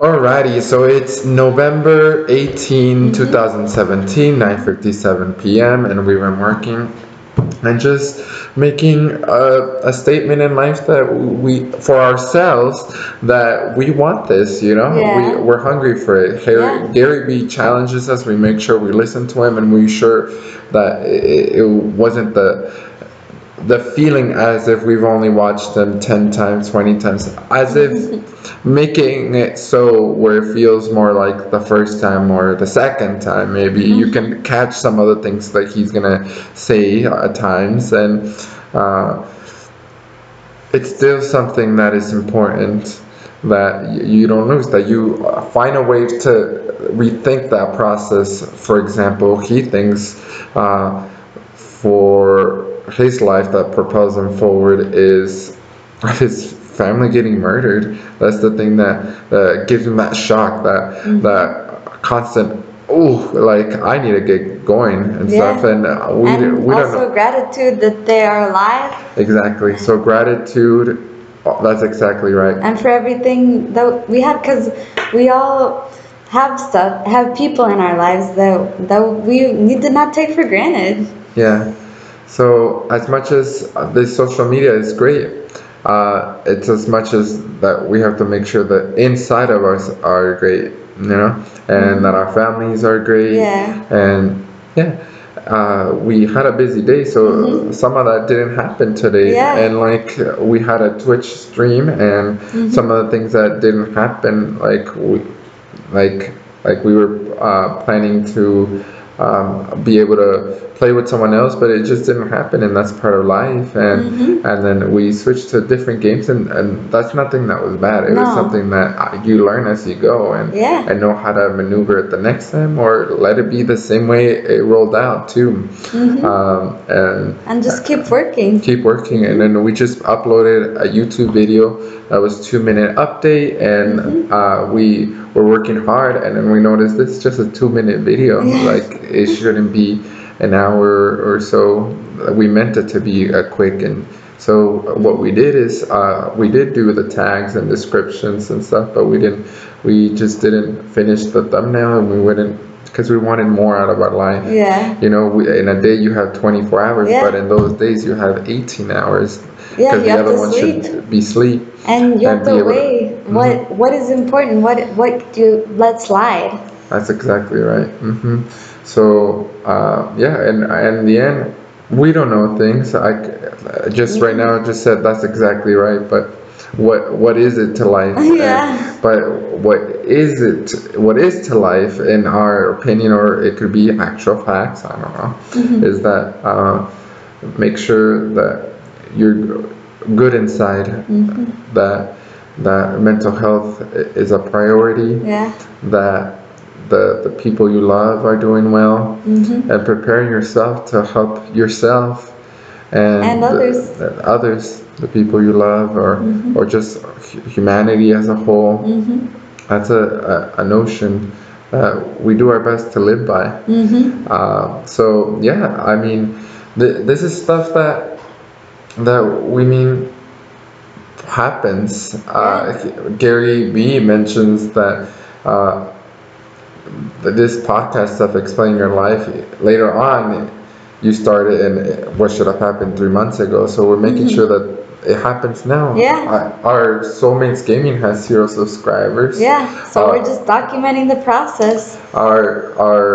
Alrighty, so it's November 18, 2017, 9:57 PM, and we've been working and just making a, a statement in life that we, for ourselves, that we want this, you know? Yeah. We, we're hungry for it. Harry, Yeah. Gary B challenges us, we make sure we listen to him, and we sure that it, it wasn't the, the feeling as if we've only watched them 10 times 20 times as if making it so where it feels more like the first time or the second time maybe you can catch some other things that he's gonna say at times and uh, it's still something that is important that y- you don't lose that you uh, find a way to rethink that process for example he thinks uh, for his life that propels him forward is his family getting murdered that's the thing that that gives him that shock that Mm-hmm. that constant oh like i need to get going and stuff Yeah. and uh, we, and we don't know also gratitude that they are alive Exactly. So gratitude. oh, That's exactly right. and for everything that we have because we all have stuff have people in our lives that that we need to not take for granted Yeah. So as much as uh, this social media is great, uh, it's as much as that we have to make sure that inside of us are great, you know, and that our families are great. Yeah. And yeah. Uh, we had a busy day, so some of that didn't happen today. Mm-hmm. Yeah. And like we had a Twitch stream, and Mm-hmm. some of the things that didn't happen, like we, like like we were uh, planning to um, be able to play with someone else, but it just didn't happen, and that's part of life. And Mm-hmm. and then we switched to different games, and, and that's nothing that was bad. It was No. something that uh, you learn as you go, and Yeah. and know how to maneuver it the next time, or let it be the same way it rolled out too. Um, and and just keep working keep working and then we just uploaded a youtube video that was two minute update and uh, we were working hard and then we noticed this is just a two minute video like it shouldn't be an hour or so we meant it to be a quick and so what we did is uh, we did do the tags and descriptions and stuff but we didn't we just didn't finish the thumbnail and we wouldn't because we wanted more out of our life yeah you know, we- in a day you have 24 hours, Yeah. but in those days you have 18 hours. Yeah, 'cause you the have other to one should sleep. be sleep. and you And have be to able to- Mm-hmm. weigh what what is important what what do you let slide That's exactly right. hmm So uh, yeah, and and in the end, we don't know things. I c- uh, just right now just said that's exactly right, but what what is it to life? And- Yeah. but what is it? What is to life, in our opinion, or it could be actual facts. I don't know. Is that uh, make sure that you're good inside, Mm. Mm-hmm. that that mental health i- is a priority yeah that the, the people you love are doing well Mm-hmm. and preparing yourself to help yourself and, And others. The, and others the people you love or or just hu- humanity as a whole Mm-hmm. that's a, a, a notion that we do our best to live by Mm-hmm. uh, so yeah i mean th- this is stuff that that we mean happens. Uh, Gary B mentions that uh, that this podcast stuff, explain your life. Later on, you started and what should have happened three months ago. So we're making sure that it happens now. Mm-hmm. Yeah. Uh, our Soulmates Gaming has zero subscribers. yeah so Uh, we're just documenting the process Our our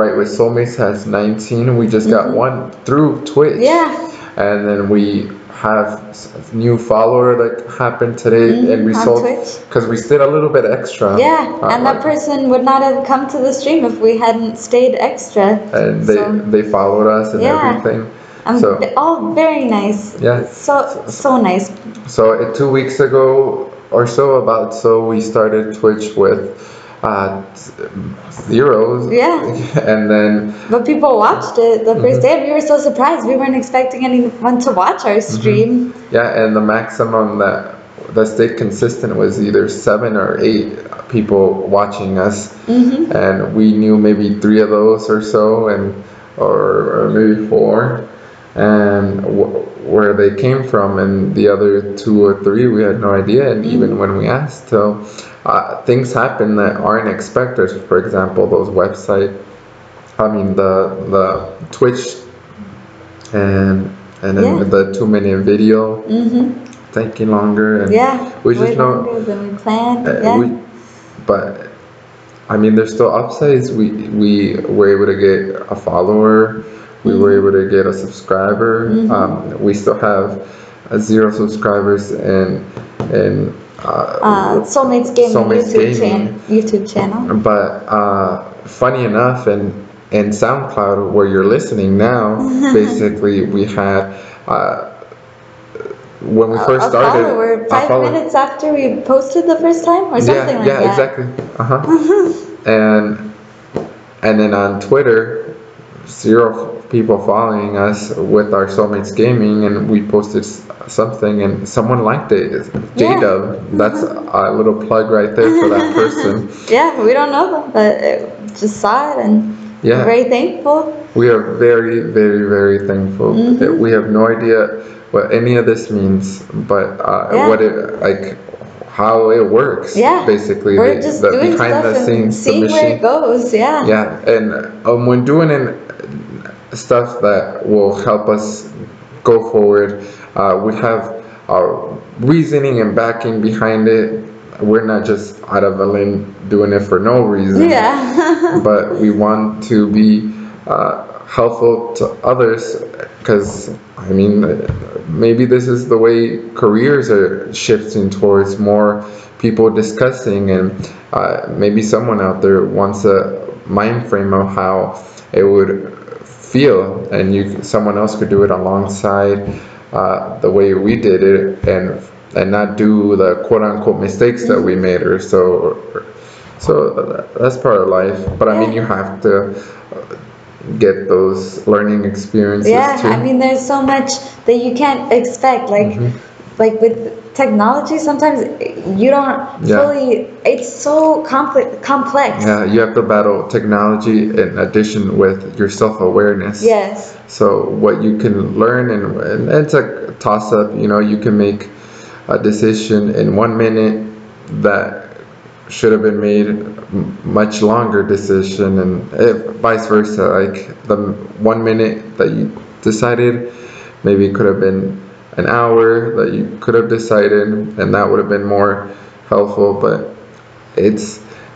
right with Soulmates has 19. We just got one through Twitch Mm-hmm. yeah and then we have s- new follower that happened today and we Mm-hmm. on sold Twitch. because we stayed a little bit extra Yeah, uh, and that like- person would not have come to the stream if we hadn't stayed extra. and they so, they followed us and Yeah. everything um, so they're all very nice. Yeah. So so nice. so uh, two weeks ago or so about so we started twitch with uh z- zeros Yeah. and then But people watched it Mm-hmm. the 1st day, and we were so surprised. We weren't expecting anyone to watch our Mm-hmm. stream. yeah and the maximum that that stayed consistent was either seven or eight people watching us and we knew maybe three of those or so and or, or maybe four and wh- where they came from and the other two or three we had no idea and even when we asked so uh, things happen that aren't expected. For example, those website, I mean the the Twitch, and and then Yeah. with the two minute video Mm-hmm. taking longer and Yeah. we just way know- longer than we planned. uh, yeah. we, but I mean, there's still upsides. We we were able to get a follower. We Mm-hmm. were able to get a subscriber. Um, we still have uh, zero subscribers and and uh, uh, Soulmates Gaming Soulmates YouTube, Gaming. Um, Chan- YouTube channel. but uh, funny enough, and and SoundCloud where you're listening now, basically we had. Uh, when we first a started, follower a Uh, five follow- minutes after we posted the first time or something yeah, like yeah, that. exactly. Mm-hmm. Uh huh. and and then on Twitter, zero f- people following us with our soulmates gaming, and we posted s- something, and someone liked it. Yeah. Mm-hmm. J Dub. That's a little plug right there for that person. Yeah, we don't know them, but uh, just saw it and Yeah. we're very thankful. We are very, very, very thankful. Mm-hmm. We have no idea what any of this means, but uh, Yeah. what it like. How it works, Yeah. basically, we're the, just the doing behind stuff the and scenes, the seeing machine. where it goes. Yeah. yeah and um, when doing an, stuff that will help us go forward uh, we have our reasoning and backing behind it we're not just out of a limb doing it for no reason Yeah. but we want to be uh, helpful to others because I mean maybe this is the way careers are shifting towards more people discussing and uh, maybe someone out there wants a mind frame of how it would feel and you someone else could do it alongside uh, the way we did it and and not do the quote unquote mistakes that Mm-hmm. we made or so so that's part of life but i mean Yeah. you have to uh, get those learning experiences yeah. too I mean, there's so much that you can't expect. Like, Mm-hmm. like with technology, sometimes you don't Yeah. fully. It's so complex. Complex. yeah you have to battle technology in addition with your self-awareness Yes. So what you can learn and, and it's a toss up, you know, you can make a decision in one minute that should have been made m- much longer decision and if, vice versa like the m- one minute that you decided maybe it could have been an hour that you could have decided and that would have been more helpful but it's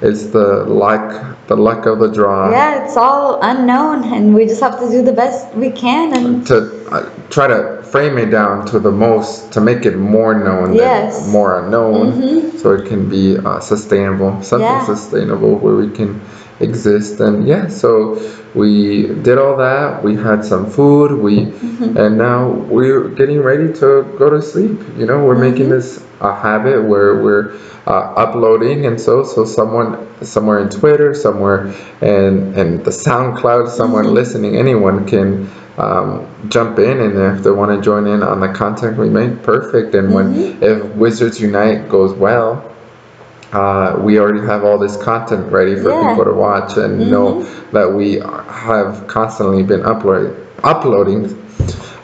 it's the luck the luck of the draw Yeah, it's all unknown, and we just have to do the best we can. And to uh, try to frame it down to the most to make it more known Yes. than more unknown so it can be uh, sustainable something Yeah. sustainable where we can exist and yeah so we did all that we had some food we and now we're getting ready to go to sleep you know we're making this a habit where we're uh, uploading and so so someone somewhere in twitter somewhere and and the soundcloud someone listening anyone can um, jump in and if they want to join in on the content we make perfect and when if wizards unite goes well uh, we already have all this content ready for Yeah. Mm-hmm. people to watch and know that we are- have constantly been upload, uploading.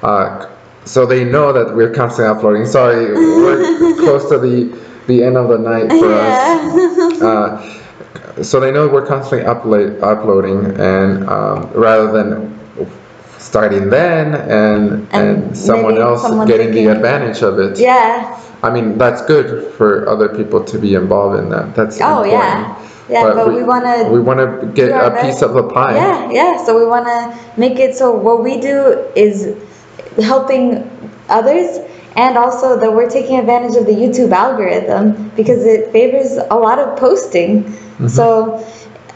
Uh, so they know that we're constantly uploading. Sorry, we're close to the, the end of the night for us yeah. uh, so they know we're constantly upla- uploading and um, rather than starting then and and, And someone maybe else someone getting the taking- advantage of it yeah. i mean that's good for other people to be involved in that that's Oh important. yeah. Yeah, but, we, wanna. we want to get our a piece best. of the pie yeah, yeah. So we wanna make it so what we do is helping others, and also that we're taking advantage of the YouTube algorithm because it favors a lot of posting. So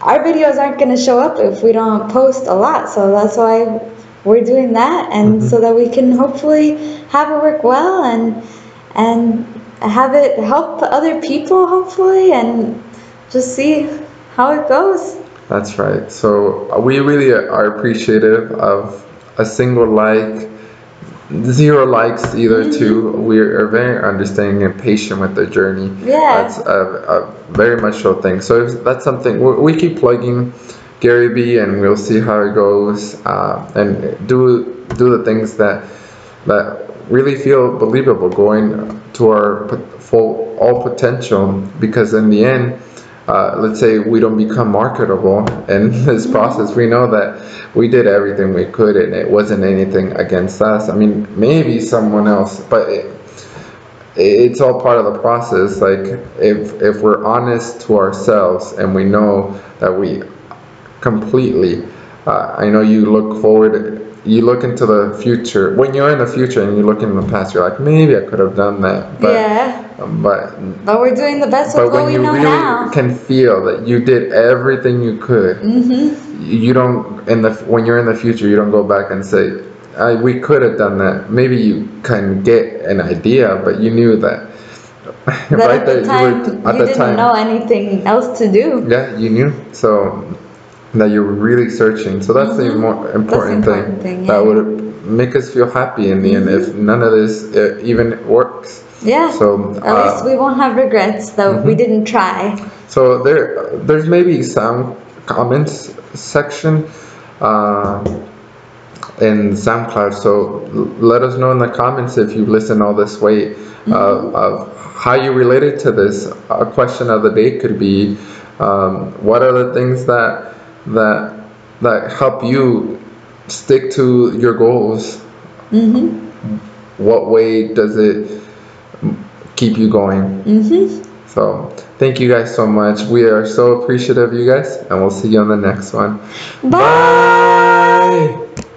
our videos aren't gonna show up if we don't post a lot. So that's why we're doing that, and so that we can hopefully have it work well and and have it help other people hopefully and just see how it goes. That's right. So uh, we really are appreciative of a single like, zero likes either. Mm-hmm. Too, we are very understanding and patient with the journey. Yeah. that's a, a very much so thing. So if that's something we, we keep plugging Gary B, and we'll see how it goes. Uh, and do do the things that that really feel believable going to our pot- full all potential because in the end uh, let's say we don't become marketable in this process we know that we did everything we could and it wasn't anything against us i mean maybe someone else but it, it's all part of the process like if if we're honest to ourselves and we know that we completely uh, i know you look forward you look into the future when you're in the future and you look in the past you're like maybe i could have done that but yeah, but but we're doing the best but with what when we you know really now. can feel that you did everything you could Mm-hmm. you don't in the when you're in the future you don't go back and say I, we could have done that maybe you can get an idea but you knew that That at the time you, at the didn't time know anything else to do. yeah you knew so that you were really searching so that's the more important, Mm-hmm. important thing, that yeah. Mm-hmm. would make us feel happy in the end if none of this uh, even works Yeah. so uh, mm-hmm. At least we won't have regrets that we didn't try. So there, there's maybe some comments section uh, in SoundCloud. So l- let us know in the comments if you listen all this way uh, of how you related to this. A question of the day could be, um, what are the things that that that help you stick to your goals? Mm-hmm. What way does it keep you going? Mm-hmm. So thank you guys so much. We are so appreciative of you guys, and we'll see you on the next one. Bye. Bye.